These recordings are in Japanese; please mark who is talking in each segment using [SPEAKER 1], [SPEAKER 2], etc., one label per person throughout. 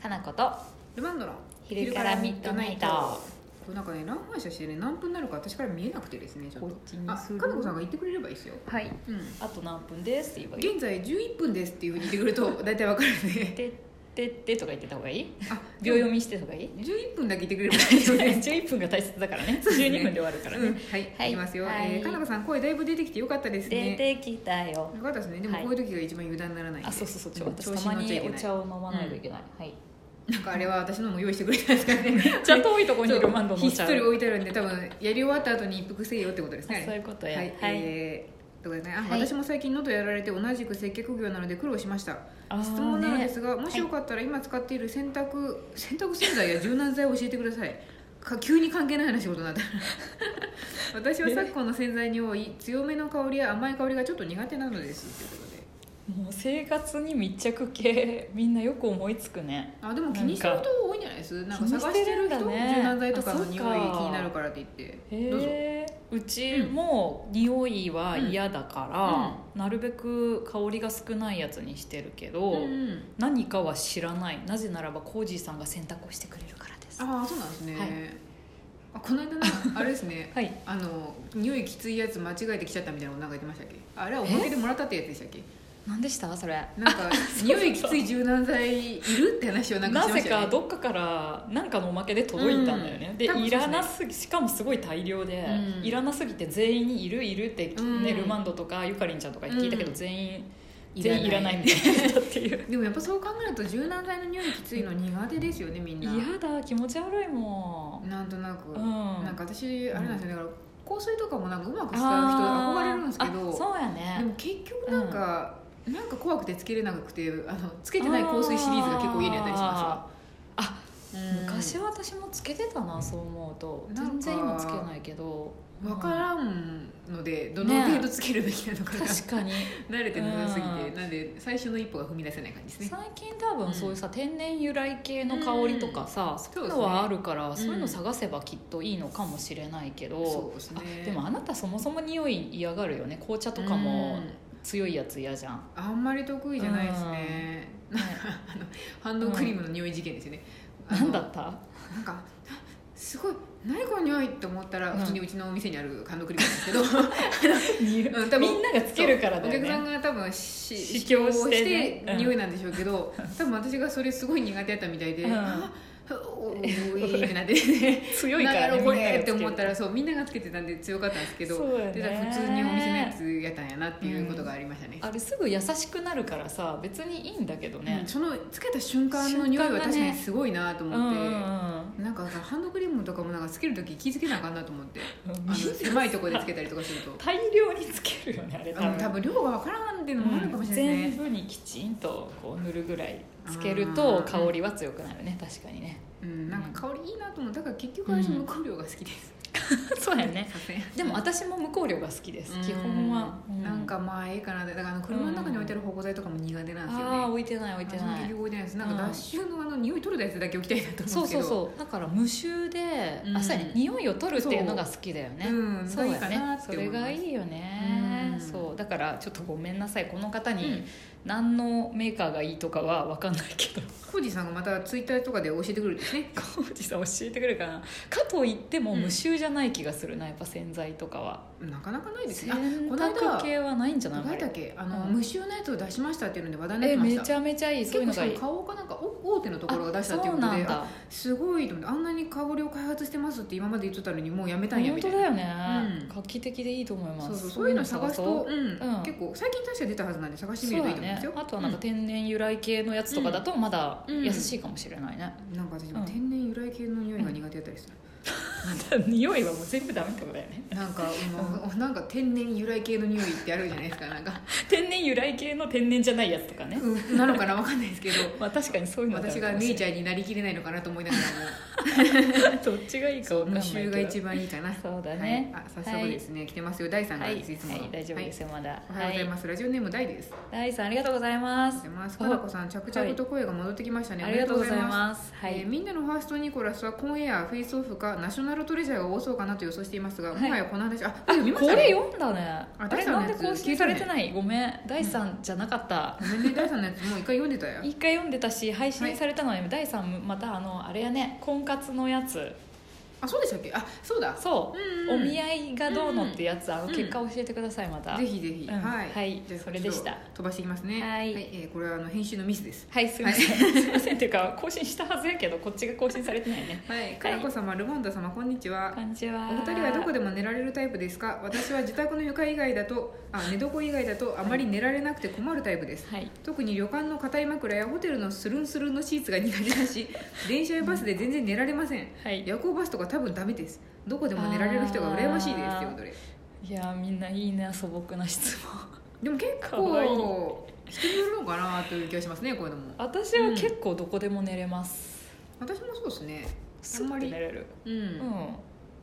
[SPEAKER 1] かなこと
[SPEAKER 2] ルマンドの
[SPEAKER 1] 昼からミッドナイト
[SPEAKER 2] なんかね何反射してね何分になるか私から見えなくてですねちょっと
[SPEAKER 1] ちに
[SPEAKER 2] あ
[SPEAKER 1] する
[SPEAKER 2] かなこさんが言ってくれればいいですよ、
[SPEAKER 1] はい
[SPEAKER 2] うん、
[SPEAKER 1] あと何分ですって言えばいい
[SPEAKER 2] 現在11分ですっていうふうに言ってく ると大体わかるんで
[SPEAKER 1] てってってとか言ってた方がいい
[SPEAKER 2] あ
[SPEAKER 1] 秒読みしてた方がいい
[SPEAKER 2] 11分だけ言ってくれればいいですよね
[SPEAKER 1] 11分が大切だからね
[SPEAKER 2] うですね
[SPEAKER 1] 12分で終わるから
[SPEAKER 2] う
[SPEAKER 1] ね、
[SPEAKER 2] ん、 はい、
[SPEAKER 1] はい
[SPEAKER 2] いきますよ、
[SPEAKER 1] はい
[SPEAKER 2] えーかなこさん声だいぶ出てきてよかったです
[SPEAKER 1] 出
[SPEAKER 2] ね
[SPEAKER 1] てきたよ
[SPEAKER 2] よかったですねでも
[SPEAKER 1] はい
[SPEAKER 2] こういう時が一番油断ならないんで、
[SPEAKER 1] あそうそうそうちょ
[SPEAKER 2] ん
[SPEAKER 1] 私たまにお
[SPEAKER 2] 調子乗っちゃい
[SPEAKER 1] 茶を飲まないといけない、はい
[SPEAKER 2] けないなんかあれは私のも用意してくれたんですからね
[SPEAKER 1] ちゃんと多いところ
[SPEAKER 2] そ
[SPEAKER 1] に
[SPEAKER 2] う
[SPEAKER 1] ルマンドの
[SPEAKER 2] ひ
[SPEAKER 1] お
[SPEAKER 2] っ
[SPEAKER 1] 茶を
[SPEAKER 2] そり置いてあるんで多分やり終わった後に一服せよってことですね
[SPEAKER 1] あそういうことや
[SPEAKER 2] はい、
[SPEAKER 1] はい
[SPEAKER 2] えーとかですねあ、
[SPEAKER 1] はい
[SPEAKER 2] 私も最近喉やられて同じく接客業なので苦労しました
[SPEAKER 1] あー
[SPEAKER 2] 質問なのですが、
[SPEAKER 1] ね
[SPEAKER 2] もしよかったら今使っている洗濯、洗濯洗剤や柔軟剤を教えてくださいか急に関係ない話事になった 私は昨今の洗剤に多い強めの香りや甘い香りがちょっと苦手なのですということで
[SPEAKER 1] もう生活に密着系みんなよく思いつくね
[SPEAKER 2] あでも気にしてる人多いんじゃないですなんか探して
[SPEAKER 1] 気にしてるん
[SPEAKER 2] る
[SPEAKER 1] だ
[SPEAKER 2] 人
[SPEAKER 1] ね
[SPEAKER 2] 柔軟剤とかの
[SPEAKER 1] あそっか
[SPEAKER 2] 匂い気になるからって言ってどうぞ
[SPEAKER 1] へえうちも匂いは嫌だから、なるべく香りが少ないやつにしてるけど、
[SPEAKER 2] うん
[SPEAKER 1] 何かは知らないなぜならばコージーさんが選択をしてくれるからです
[SPEAKER 2] ああそうなんですね、
[SPEAKER 1] はい
[SPEAKER 2] あこの間 なあれですね
[SPEAKER 1] はい
[SPEAKER 2] あの匂いきついやつ間違えてきちゃったみたいなことなんか言ってましたっけあれはおまけでもらったってやつでしたっけ
[SPEAKER 1] 何でしたそれ
[SPEAKER 2] な んか匂いきつい柔軟剤いるって話をなんか
[SPEAKER 1] な
[SPEAKER 2] しま
[SPEAKER 1] ぜ
[SPEAKER 2] したよ
[SPEAKER 1] か
[SPEAKER 2] ね
[SPEAKER 1] どっかから何かのおまけで届いたんだよね、
[SPEAKER 2] うん
[SPEAKER 1] で
[SPEAKER 2] 多分
[SPEAKER 1] い
[SPEAKER 2] そうで
[SPEAKER 1] ら
[SPEAKER 2] すね
[SPEAKER 1] なすぎしかもすごい大量で、
[SPEAKER 2] うん
[SPEAKER 1] いらなすぎて全員に「いるいる」って、ね
[SPEAKER 2] うん
[SPEAKER 1] ルマンドとかゆかりんちゃんとか聞いたけど、
[SPEAKER 2] うん
[SPEAKER 1] 全員
[SPEAKER 2] いら
[SPEAKER 1] 全
[SPEAKER 2] ない
[SPEAKER 1] 員いらないみたいになったっていう
[SPEAKER 2] でもやっぱそう考えると柔軟剤の匂いきついの苦手ですよねみんな
[SPEAKER 1] 嫌だ気持ち悪いもん
[SPEAKER 2] なんとなく、
[SPEAKER 1] うん
[SPEAKER 2] なんか私あれなんですよねだから香水とかもなんかうまく使う人憧れるんですけ
[SPEAKER 1] あーあ
[SPEAKER 2] ど
[SPEAKER 1] そうや
[SPEAKER 2] で
[SPEAKER 1] ね
[SPEAKER 2] も結局なんか、なんか怖くてつけれなくてあのつけてない香水シリーズが結構家にあったりします
[SPEAKER 1] あ
[SPEAKER 2] うん
[SPEAKER 1] 昔は私もつけてたなそう思うと
[SPEAKER 2] なんか
[SPEAKER 1] 全然今つけないけど
[SPEAKER 2] 分からんのでどの
[SPEAKER 1] ね
[SPEAKER 2] 程度つけるべきなのか
[SPEAKER 1] うん
[SPEAKER 2] が、
[SPEAKER 1] 確か に
[SPEAKER 2] 慣れてなさすぎて、
[SPEAKER 1] うん
[SPEAKER 2] なんで最初の一歩が踏み出せない感じですね
[SPEAKER 1] 最近多分そういうさ、天然由来系の香りとかさ、そういうのはあるからそう,、
[SPEAKER 2] そうですね
[SPEAKER 1] いうの探せばきっといいのかもしれないけど
[SPEAKER 2] そうですね
[SPEAKER 1] あでもあなたそもそも匂い嫌がるよね紅茶とかも
[SPEAKER 2] うん
[SPEAKER 1] 強いやつ嫌じゃん、
[SPEAKER 2] あんまり得意じゃないですね、
[SPEAKER 1] ね
[SPEAKER 2] ハンドクリームの匂い事件ですよね、あ
[SPEAKER 1] な
[SPEAKER 2] の
[SPEAKER 1] んだった
[SPEAKER 2] なんかあすごい何この匂いって思ったら、
[SPEAKER 1] うん
[SPEAKER 2] 普通にうちのお店にあるハンドクリームなんです けど
[SPEAKER 1] み
[SPEAKER 2] うん多分
[SPEAKER 1] んながつけるからだよ
[SPEAKER 2] お客さん
[SPEAKER 1] ね
[SPEAKER 2] が多分し
[SPEAKER 1] 試供してねうん
[SPEAKER 2] 匂いなんでしょうけど、多分私がそれすごい苦手だったみたいで、
[SPEAKER 1] うん
[SPEAKER 2] あおおいってなってね
[SPEAKER 1] 強いから
[SPEAKER 2] な
[SPEAKER 1] ね
[SPEAKER 2] んやろこれって思
[SPEAKER 1] みんながつける
[SPEAKER 2] ったらそうみんながつけてたんで強かったんですけど
[SPEAKER 1] そうよね
[SPEAKER 2] でだから普通にお店のやつやったんやなっていうことがありましたね、
[SPEAKER 1] あれすぐ優しくなるからさ別にいいんだけど
[SPEAKER 2] う
[SPEAKER 1] ね
[SPEAKER 2] ん、そのつけた瞬間の匂いは確かにすごいなと
[SPEAKER 1] うんう
[SPEAKER 2] 思っ
[SPEAKER 1] ん
[SPEAKER 2] て、
[SPEAKER 1] うん
[SPEAKER 2] なんかさハンドクリームとかもなんかつける時気づけなあかんなと思ってあの
[SPEAKER 1] みんな
[SPEAKER 2] 狭いところでつけたりとかすると
[SPEAKER 1] 大量につけるよねあれ多
[SPEAKER 2] うん
[SPEAKER 1] 分
[SPEAKER 2] 多分量がわからんっていうのもあるかもしれないで
[SPEAKER 1] 全
[SPEAKER 2] すね、
[SPEAKER 1] 部にきちんとこう塗るぐらいつけると香りは強くなるね確かに ね
[SPEAKER 2] うんなんか香りいいなと思ってだから結局私
[SPEAKER 1] うん
[SPEAKER 2] 無香料が好きです、
[SPEAKER 1] そうやね
[SPEAKER 2] さすがに
[SPEAKER 1] でも私も無香料が好きです
[SPEAKER 2] うん
[SPEAKER 1] 基本は、う
[SPEAKER 2] なんかまあええかなってだからあの車の中に置いてある保護剤とかも苦手なんですよね、
[SPEAKER 1] ああ置いてない置いて
[SPEAKER 2] あ
[SPEAKER 1] な
[SPEAKER 2] の結
[SPEAKER 1] い
[SPEAKER 2] 局置いてないですなん
[SPEAKER 1] うん
[SPEAKER 2] か脱臭のあの匂い取るやつだけ置きたいなと
[SPEAKER 1] そ
[SPEAKER 2] 思う
[SPEAKER 1] うん
[SPEAKER 2] ですけ
[SPEAKER 1] そ
[SPEAKER 2] ど
[SPEAKER 1] うそうだから無臭で、
[SPEAKER 2] うん
[SPEAKER 1] あそうやね匂いを取るっていうのが好きだよね
[SPEAKER 2] うん
[SPEAKER 1] そうや
[SPEAKER 2] がいいかな
[SPEAKER 1] ね
[SPEAKER 2] っ
[SPEAKER 1] そ
[SPEAKER 2] て思い
[SPEAKER 1] れ
[SPEAKER 2] ます
[SPEAKER 1] がいいよね
[SPEAKER 2] うん
[SPEAKER 1] そうだからちょっとごめんなさいこの方
[SPEAKER 2] う
[SPEAKER 1] に
[SPEAKER 2] ん
[SPEAKER 1] 何のメーカーがいいとかは分かんないけど
[SPEAKER 2] コージーさんがまたツイッターとかで教えてくるんですね
[SPEAKER 1] 浩二さん教えてくれるかなかといっても
[SPEAKER 2] うん
[SPEAKER 1] 無臭じゃない気がするな、やっぱ洗剤とかは
[SPEAKER 2] なかなかないです
[SPEAKER 1] 洗
[SPEAKER 2] ねあこの間
[SPEAKER 1] 濯系はないんじゃない
[SPEAKER 2] どこやったっけあの、
[SPEAKER 1] うん
[SPEAKER 2] 無臭のやつを出しましたっていうので話題にな
[SPEAKER 1] え
[SPEAKER 2] ってま
[SPEAKER 1] め
[SPEAKER 2] し
[SPEAKER 1] ち
[SPEAKER 2] た
[SPEAKER 1] ゃめちゃいいそういう
[SPEAKER 2] 結構
[SPEAKER 1] の
[SPEAKER 2] し
[SPEAKER 1] が
[SPEAKER 2] か
[SPEAKER 1] い
[SPEAKER 2] も
[SPEAKER 1] い
[SPEAKER 2] 顔かなんかお大手のところが出したっていうこと
[SPEAKER 1] あそうな
[SPEAKER 2] で
[SPEAKER 1] んだ
[SPEAKER 2] あすごいと思ってあんなに香りを開発してますって今まで言ってたのにもうやめたんや
[SPEAKER 1] 本
[SPEAKER 2] みた
[SPEAKER 1] 当
[SPEAKER 2] い
[SPEAKER 1] だ
[SPEAKER 2] な
[SPEAKER 1] よね、
[SPEAKER 2] うん
[SPEAKER 1] 画期的でいいと思います
[SPEAKER 2] そうそうそういうの探すと、うん
[SPEAKER 1] うん
[SPEAKER 2] 結構最近確か出たはずなんで探してみ
[SPEAKER 1] そ
[SPEAKER 2] る
[SPEAKER 1] う
[SPEAKER 2] と
[SPEAKER 1] だ
[SPEAKER 2] いいと思いま
[SPEAKER 1] ね
[SPEAKER 2] すよ
[SPEAKER 1] あとはなんか天然由来系のやつとかだとまだ優しいかもしれないね、
[SPEAKER 2] うんなんか私
[SPEAKER 1] うん
[SPEAKER 2] も天然由来系の匂いが苦手だったりする、
[SPEAKER 1] 匂いはもう全部ダメってことだよね
[SPEAKER 2] なんか、うん、なんか天然由来系の匂いってあるじゃないですかなんか、
[SPEAKER 1] 天然由来系の天然じゃないやつとかね、
[SPEAKER 2] うんなのかなわかんないですけど
[SPEAKER 1] まあ確かにそういうのだよ
[SPEAKER 2] 私がネイチャーになりきれないのかなと思いながらも
[SPEAKER 1] どっちがいいか分かんないけ
[SPEAKER 2] 無
[SPEAKER 1] ど
[SPEAKER 2] が一番いいかな
[SPEAKER 1] そうだね
[SPEAKER 2] はい、あ早速ですね、来てますよ第3
[SPEAKER 1] は
[SPEAKER 2] 回
[SPEAKER 1] い、
[SPEAKER 2] いつもの、
[SPEAKER 1] はい大丈夫ですよ、まだ
[SPEAKER 2] おはようございます、ラジオネーム大です
[SPEAKER 1] はい、大さんありがとうございます
[SPEAKER 2] でますかなこさん着々と声が戻ってきましたね、
[SPEAKER 1] ありがとうござい
[SPEAKER 2] す
[SPEAKER 1] ますは
[SPEAKER 2] えー
[SPEAKER 1] い
[SPEAKER 2] みんなのファーストニコラスはコンエアフェイスオフかナショナルトレジャーが多そうかなと予想していますが、
[SPEAKER 1] はい
[SPEAKER 2] もはやこの話あ
[SPEAKER 1] あ
[SPEAKER 2] 見ま
[SPEAKER 1] こ
[SPEAKER 2] した
[SPEAKER 1] れ
[SPEAKER 2] ね
[SPEAKER 1] 読んだねあ
[SPEAKER 2] 第
[SPEAKER 1] れ
[SPEAKER 2] 三の
[SPEAKER 1] なん
[SPEAKER 2] やつ
[SPEAKER 1] で更新されてないごめん第3じゃなかった、
[SPEAKER 2] ごめんね第3のやつもう一回読んでたよ
[SPEAKER 1] 一回読んでたし配信されたのに、第3またあのあれやね婚活のやつ
[SPEAKER 2] あそうでしたっけあそうだ
[SPEAKER 1] そう、
[SPEAKER 2] うんうん
[SPEAKER 1] お見合いがどうのってやつ、あの
[SPEAKER 2] うん
[SPEAKER 1] 結果教えてくださいまた、
[SPEAKER 2] ぜひぜひ、
[SPEAKER 1] うん
[SPEAKER 2] はい、
[SPEAKER 1] はい
[SPEAKER 2] じゃあ
[SPEAKER 1] それでした
[SPEAKER 2] ちょっと飛ばしていきますね
[SPEAKER 1] はい
[SPEAKER 2] えーこれはあの編集のミスです
[SPEAKER 1] はいすいません、すいませんっていうか更新したはずやけどこっちが更新されてないね
[SPEAKER 2] はいかなこ様、ルモンダ様こんにちは
[SPEAKER 1] こんにちは
[SPEAKER 2] お二人はどこ
[SPEAKER 1] で
[SPEAKER 2] でも寝られるタイプですか私は自宅の床以外だとあ寝床以外だとあまり寝られなくて困るタイプです
[SPEAKER 1] はい
[SPEAKER 2] 特に旅館の硬い枕やホテルのスルンスルンのシーツが苦手だし電車やバスで全然寝られません
[SPEAKER 1] はい
[SPEAKER 2] 夜行バスとか多分ダメですどこでも寝られる人が羨ましいです
[SPEAKER 1] あー
[SPEAKER 2] ということで
[SPEAKER 1] いやーみんないいね素朴な質問
[SPEAKER 2] でも結
[SPEAKER 1] かわいい
[SPEAKER 2] 構人によるのかなという気がしますねこういうのも
[SPEAKER 1] 私は結構どこでも寝れます、
[SPEAKER 2] 私もそうですね
[SPEAKER 1] すん、スッと寝れる
[SPEAKER 2] う、
[SPEAKER 1] うんん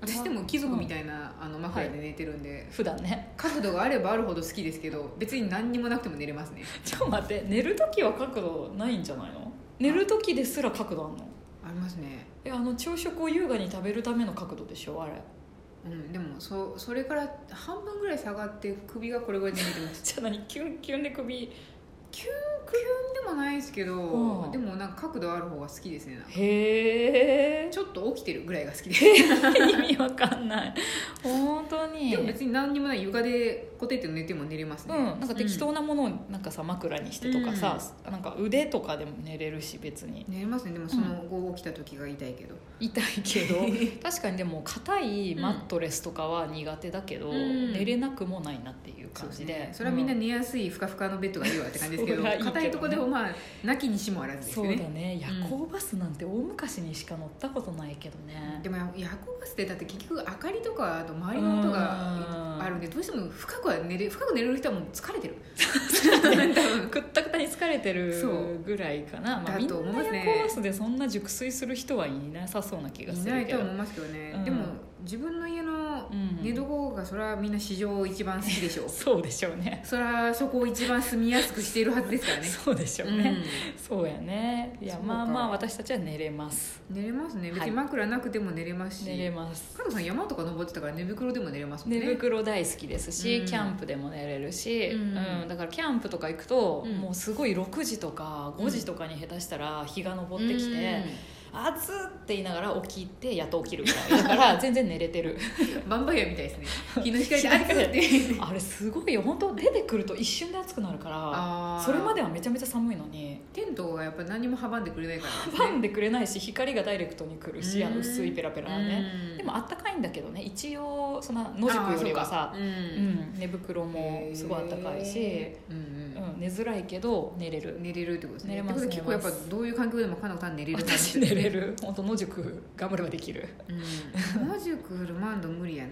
[SPEAKER 2] 私でも貴族みたいな、あのマフラーで寝てるんで、
[SPEAKER 1] 普段ね
[SPEAKER 2] 角度があればあるほど好きですけど別に何にもなくても寝れますね
[SPEAKER 1] ちょっと待って寝る時は角度ないんじゃないの寝る時ですら角度あんの
[SPEAKER 2] ありますね
[SPEAKER 1] えあの朝食を優雅に食べるための角度でしょあれ
[SPEAKER 2] うん、でもそそれから半分ぐらい下がって首がこれぐらいで寝てま す
[SPEAKER 1] じゃあ何キュンキュンで首
[SPEAKER 2] キュンでもないですけど、
[SPEAKER 1] うん
[SPEAKER 2] でもなんか角度ある方が好きですねなんか
[SPEAKER 1] へえ
[SPEAKER 2] ちょっと起きてるぐらいが好きで す
[SPEAKER 1] 意味わかんない本当に
[SPEAKER 2] でも別に何にもない床でコテって寝ても寝れます
[SPEAKER 1] う
[SPEAKER 2] ね、
[SPEAKER 1] ん、なんか適当なものをなんかさ枕にしてとかさ、なんか腕とかでも寝れるし別に
[SPEAKER 2] 寝れますねでもその後起きた時が痛いけど、
[SPEAKER 1] 痛いけ ど確かにでも硬いマットレスとかは苦手だけど、
[SPEAKER 2] うん
[SPEAKER 1] 寝れなくもないなっていう感じで
[SPEAKER 2] そうすねそれはみんな寝やすいふかふかのベッドがいいわって感じですけど
[SPEAKER 1] それはいいけどね
[SPEAKER 2] 硬いとこでもまあなきにしもあらずです
[SPEAKER 1] そ
[SPEAKER 2] よ
[SPEAKER 1] うだ
[SPEAKER 2] ね
[SPEAKER 1] ね
[SPEAKER 2] うん
[SPEAKER 1] 夜行バスなんて大昔にしか乗ったことないけどね、
[SPEAKER 2] でも夜行バスってだって結局明かりとかあと周りの音
[SPEAKER 1] うん
[SPEAKER 2] があるんでどうしても深くは寝れ深く寝れる人はもう 疲れてる多分
[SPEAKER 1] くったくたに疲れて
[SPEAKER 2] そう
[SPEAKER 1] るぐらいかな、まあ、
[SPEAKER 2] だ
[SPEAKER 1] みん
[SPEAKER 2] と
[SPEAKER 1] な
[SPEAKER 2] 思
[SPEAKER 1] 夜
[SPEAKER 2] いますね
[SPEAKER 1] 行バスでそんな熟睡する人はいなさそうな気が
[SPEAKER 2] い
[SPEAKER 1] す
[SPEAKER 2] な
[SPEAKER 1] る
[SPEAKER 2] い
[SPEAKER 1] け
[SPEAKER 2] と
[SPEAKER 1] ど
[SPEAKER 2] は思いますけどね、
[SPEAKER 1] うん
[SPEAKER 2] でも自分の家の
[SPEAKER 1] うん
[SPEAKER 2] 寝床がそれはみんな史上一番好きでしょう
[SPEAKER 1] そうでしょうね
[SPEAKER 2] それはそこを一番住みやすくしているはずですから ね
[SPEAKER 1] そうでしょうね、そうやねいや
[SPEAKER 2] そうか
[SPEAKER 1] まあまあ私たちは寝れます
[SPEAKER 2] うん、寝れますね別
[SPEAKER 1] はい
[SPEAKER 2] に枕なくても寝れますし、
[SPEAKER 1] 寝れます
[SPEAKER 2] 加藤さん山とか登ってたから寝袋でも寝れますもん
[SPEAKER 1] 寝
[SPEAKER 2] ね
[SPEAKER 1] 袋大好きですし、
[SPEAKER 2] うん
[SPEAKER 1] キャンプでも寝れるし、
[SPEAKER 2] う
[SPEAKER 1] うんんだからキャンプとか行くと、
[SPEAKER 2] うん
[SPEAKER 1] もうすごい6時とか5時とかに下手したら日が昇ってきて「暑、っ!」って言いながら起きてやっと起きるみたいだから全然寝れてる
[SPEAKER 2] うん、バンパイアみた いですね日の光で暑くて
[SPEAKER 1] あれすごいよ本当出てくると一瞬で暑くなるから
[SPEAKER 2] あー
[SPEAKER 1] それまではめちゃめちゃ寒いのに
[SPEAKER 2] テントがやっぱ何も阻んでくれないからですね
[SPEAKER 1] ファンでくれないし光がダイレクトに来るし、あ
[SPEAKER 2] うん
[SPEAKER 1] の薄いペラペラはね、
[SPEAKER 2] うん
[SPEAKER 1] でもあったかいんだけどね一応そんな野宿よりはさ
[SPEAKER 2] あ、ーそ
[SPEAKER 1] う
[SPEAKER 2] うかうん
[SPEAKER 1] ん、寝袋もすごいあったかいし。
[SPEAKER 2] へーうんうん
[SPEAKER 1] うん、寝づらいけど寝れる
[SPEAKER 2] 寝れるってことですね
[SPEAKER 1] 寝れます
[SPEAKER 2] ってことは
[SPEAKER 1] 寝れま
[SPEAKER 2] 結構や
[SPEAKER 1] す
[SPEAKER 2] っぱどういう環境でもかなこさん寝れる感じです
[SPEAKER 1] 私
[SPEAKER 2] ね
[SPEAKER 1] 寝れる本当野宿頑張ればできる
[SPEAKER 2] うん野宿ルマンド無理やな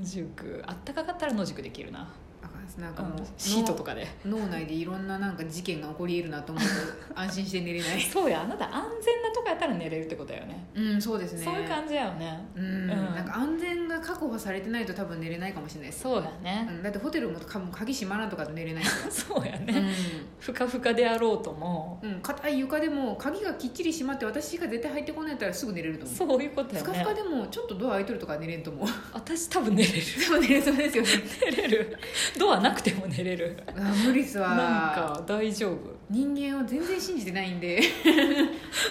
[SPEAKER 1] 野宿あったかかったら野宿できるな、
[SPEAKER 2] あかんっすなん
[SPEAKER 1] う
[SPEAKER 2] かも
[SPEAKER 1] ん
[SPEAKER 2] う、
[SPEAKER 1] シートとかで
[SPEAKER 2] 脳脳内でいろんななんか事件が起こり得るなと 思うと安心して寝れない
[SPEAKER 1] そうやあなた安全なとこやったら寝れるってことだよね
[SPEAKER 2] うんそうですね
[SPEAKER 1] そういう感じやよね
[SPEAKER 2] うん、
[SPEAKER 1] ん
[SPEAKER 2] なんか安全が確保されてないと多分寝れないかもしれないです、
[SPEAKER 1] そうや
[SPEAKER 2] う
[SPEAKER 1] ね、
[SPEAKER 2] ん、だってホテルもか鍵閉まらんとかと寝れないか
[SPEAKER 1] そうや
[SPEAKER 2] ら
[SPEAKER 1] ね、ふかふかであろうとも
[SPEAKER 2] うん、うん、硬い床でも鍵がきっちり閉まって私が絶対入ってこないやったらすぐ寝れると思う
[SPEAKER 1] そういうことや
[SPEAKER 2] ふかふか
[SPEAKER 1] ね
[SPEAKER 2] でもちょっとドア開いとるとか寝れんと 思う
[SPEAKER 1] 私多分寝れる
[SPEAKER 2] でも寝れそうですよね
[SPEAKER 1] 寝れるドアなくても寝れる
[SPEAKER 2] あー無理っすわー
[SPEAKER 1] なんか大丈夫
[SPEAKER 2] 人間を全然信じてない んで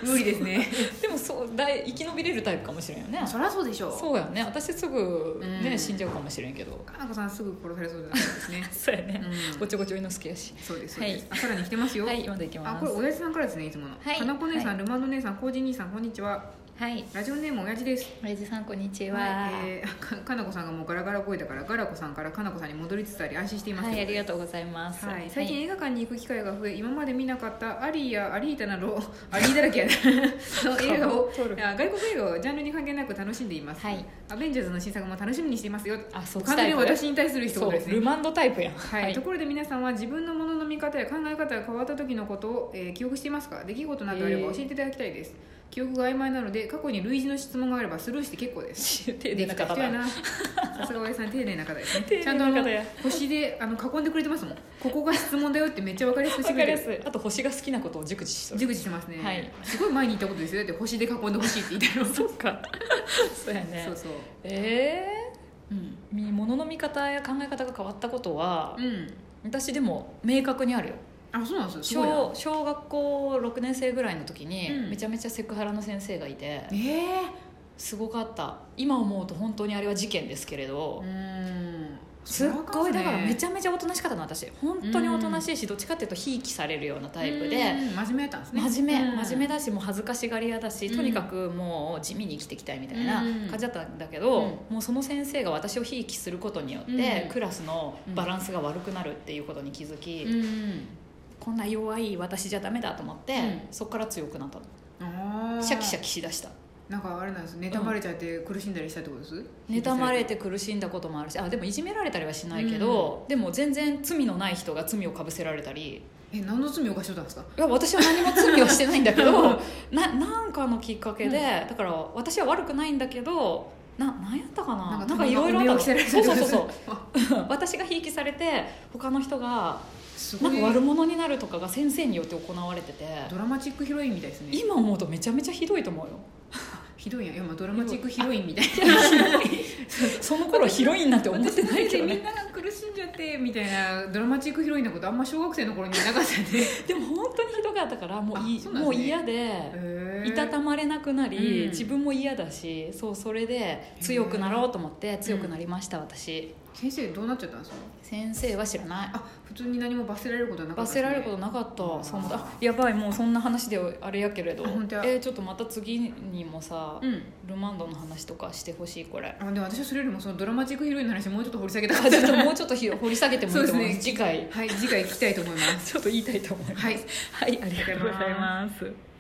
[SPEAKER 2] 無理ですね
[SPEAKER 1] でもそうだい生き延びれるタイプかもしれんよね
[SPEAKER 2] そりゃそうでしょう
[SPEAKER 1] そうやね私すぐね、
[SPEAKER 2] うん
[SPEAKER 1] 死んじゃうかもしれんけど
[SPEAKER 2] かなこさんすぐ殺されそうじゃないですね
[SPEAKER 1] そうやね、
[SPEAKER 2] う
[SPEAKER 1] ご
[SPEAKER 2] ん
[SPEAKER 1] ちょごちょいの好きやし
[SPEAKER 2] そうですそうです、あさらに来てますよ、
[SPEAKER 1] はい今でいきます
[SPEAKER 2] あこれおやじさんからですねいつもの、
[SPEAKER 1] はい
[SPEAKER 2] かなこ姉さ
[SPEAKER 1] は
[SPEAKER 2] ん、
[SPEAKER 1] い
[SPEAKER 2] ルマンド姉さんこうじ兄さんこんにちは
[SPEAKER 1] はい
[SPEAKER 2] ラジオネームおやじです
[SPEAKER 1] 親父さんこんにちは、
[SPEAKER 2] はい
[SPEAKER 1] は、
[SPEAKER 2] えー、 かかなこさんがもうガラガラ声だからガラコさんからかなこさんに戻りつつあり安心してい
[SPEAKER 1] い
[SPEAKER 2] ます
[SPEAKER 1] ありがとうございます、
[SPEAKER 2] はい、最近映画館に行く機会が増え今まで見なかったアリーやアリータなどアリーだらけ やなの映画を
[SPEAKER 1] 撮る
[SPEAKER 2] いや外国映画をジャンルに関係なく楽しんでいます、
[SPEAKER 1] はい
[SPEAKER 2] アベンジャーズの新作も楽しみにしていますよ
[SPEAKER 1] あそっち
[SPEAKER 2] 完
[SPEAKER 1] タ
[SPEAKER 2] 全
[SPEAKER 1] イ
[SPEAKER 2] に
[SPEAKER 1] プ
[SPEAKER 2] 私に対する一
[SPEAKER 1] そ
[SPEAKER 2] 言
[SPEAKER 1] う
[SPEAKER 2] です
[SPEAKER 1] ル
[SPEAKER 2] ね
[SPEAKER 1] マンドタイプやん
[SPEAKER 2] はい、ところで皆さんは自分のものの見方や考え方が変わった時のことを、えー記憶していますか出来事などあれば教えていただきたいです、記憶が曖昧なので過去に類似の質問があればスルーして結構です
[SPEAKER 1] 丁寧な
[SPEAKER 2] できた
[SPEAKER 1] 方
[SPEAKER 2] 人や
[SPEAKER 1] だ
[SPEAKER 2] なさすが親さん丁寧な方ですね
[SPEAKER 1] 丁
[SPEAKER 2] ちゃんと
[SPEAKER 1] 寧
[SPEAKER 2] あ
[SPEAKER 1] な
[SPEAKER 2] の
[SPEAKER 1] 方や
[SPEAKER 2] 星であの囲んでくれてますもんここが質問だよってめっちゃ分かりやすくして
[SPEAKER 1] わ
[SPEAKER 2] く
[SPEAKER 1] か
[SPEAKER 2] れ
[SPEAKER 1] り
[SPEAKER 2] て
[SPEAKER 1] や
[SPEAKER 2] る
[SPEAKER 1] すいあと星が好きなことを熟知しとる
[SPEAKER 2] ジグジしてますね、
[SPEAKER 1] はい
[SPEAKER 2] すごい前に行ったことですよだって星で囲んでほしいって言ったの
[SPEAKER 1] そうか そうやね
[SPEAKER 2] そうそう
[SPEAKER 1] え
[SPEAKER 2] うん、
[SPEAKER 1] えみ物の見方や考え方が変わったことは、
[SPEAKER 2] うん、
[SPEAKER 1] 私でも明確にあるよ
[SPEAKER 2] あそうなんですよすごいな
[SPEAKER 1] 小小学校6年生ぐらいの時に、
[SPEAKER 2] うん
[SPEAKER 1] めちゃめちゃセクハラの先生がいて
[SPEAKER 2] ええ
[SPEAKER 1] すごかった今思うと本当にあれは事件ですけれど、
[SPEAKER 2] うん
[SPEAKER 1] すっごいだからめち
[SPEAKER 2] ゃ
[SPEAKER 1] ゃめちゃおとなしかったの私本当におとなしいし、どっちかっていうとひいきされるようなタイプで、
[SPEAKER 2] 真面目やったんですね
[SPEAKER 1] 真面目、
[SPEAKER 2] うん
[SPEAKER 1] 真面目だしもう恥ずかしがり屋だし、
[SPEAKER 2] うん
[SPEAKER 1] とにかくもう地味に生きていきたいみたいな
[SPEAKER 2] うん
[SPEAKER 1] 感じだったんだけど、
[SPEAKER 2] うん
[SPEAKER 1] もうその先生が私をひいきすることによって、
[SPEAKER 2] うん
[SPEAKER 1] クラスのバランスが悪くなるっていうことに気づき、
[SPEAKER 2] うん
[SPEAKER 1] こんな弱い私じゃダメだと思って、
[SPEAKER 2] うん
[SPEAKER 1] そこから強くなったの
[SPEAKER 2] あー
[SPEAKER 1] シャキシャキしだした
[SPEAKER 2] なんかあれなんです妬まれちゃって苦しんだりしたってことです
[SPEAKER 1] 妬まれて苦しんだこともあるしあでもいじめられたりはしないけど、でも全然罪のない人が罪をかぶせられたり
[SPEAKER 2] え何の罪を犯しとったんですか
[SPEAKER 1] いや私は何も罪をしてないんだけ どななんかのきっかけで、だから私は悪くないんだけどな何やったかななんかいろいろあったのそう
[SPEAKER 2] そ
[SPEAKER 1] う
[SPEAKER 2] そう
[SPEAKER 1] そう
[SPEAKER 2] そ
[SPEAKER 1] そうう
[SPEAKER 2] そ
[SPEAKER 1] そうう 私がひいきされて他の人が
[SPEAKER 2] す
[SPEAKER 1] な
[SPEAKER 2] ご
[SPEAKER 1] ん
[SPEAKER 2] い
[SPEAKER 1] か悪者になるとかが先生によって行われてて
[SPEAKER 2] ドラマチックヒロインみたいですね
[SPEAKER 1] 今思うとめちゃめちゃひどいと思うよ
[SPEAKER 2] ひどいやんいやまあドラマチックヒロインみたいな
[SPEAKER 1] その頃ヒロインなんて思ってないけど
[SPEAKER 2] みん
[SPEAKER 1] ね
[SPEAKER 2] なが苦しんじゃってみたいなドラマチックヒロインのことあんま小学生の頃になかったん で
[SPEAKER 1] でも本当にひどかったからもうい
[SPEAKER 2] あ
[SPEAKER 1] い
[SPEAKER 2] そうなん
[SPEAKER 1] も
[SPEAKER 2] ですね
[SPEAKER 1] う嫌で
[SPEAKER 2] へー
[SPEAKER 1] いたたまれなくなり、
[SPEAKER 2] うん
[SPEAKER 1] 自分も嫌だしそうそれで強くなろうと思って強くなりました私
[SPEAKER 2] 先生どうなっちゃったんですか
[SPEAKER 1] 先生は知らない
[SPEAKER 2] あ普通に何も罰せられることはなかっ
[SPEAKER 1] 罰
[SPEAKER 2] たん
[SPEAKER 1] せら
[SPEAKER 2] ですね
[SPEAKER 1] れることなかった、
[SPEAKER 2] うん
[SPEAKER 1] そんなあやばいもうそんな話であれやけれど
[SPEAKER 2] あ本当や
[SPEAKER 1] えーちょっとまた次にもさ、
[SPEAKER 2] うん
[SPEAKER 1] ルマンドの話とかしてほしいこれ
[SPEAKER 2] あでも私はそれよりもそのドラマチックヒロインの話もうちょっと掘り下げたか
[SPEAKER 1] あ
[SPEAKER 2] った
[SPEAKER 1] ちょっともうちょっとひ掘り下げてもいいと思います
[SPEAKER 2] そうですね
[SPEAKER 1] 次回
[SPEAKER 2] はい次回聞きたいと思います
[SPEAKER 1] ちょっと言いたいと思います
[SPEAKER 2] はい
[SPEAKER 1] はい、ありがとうございます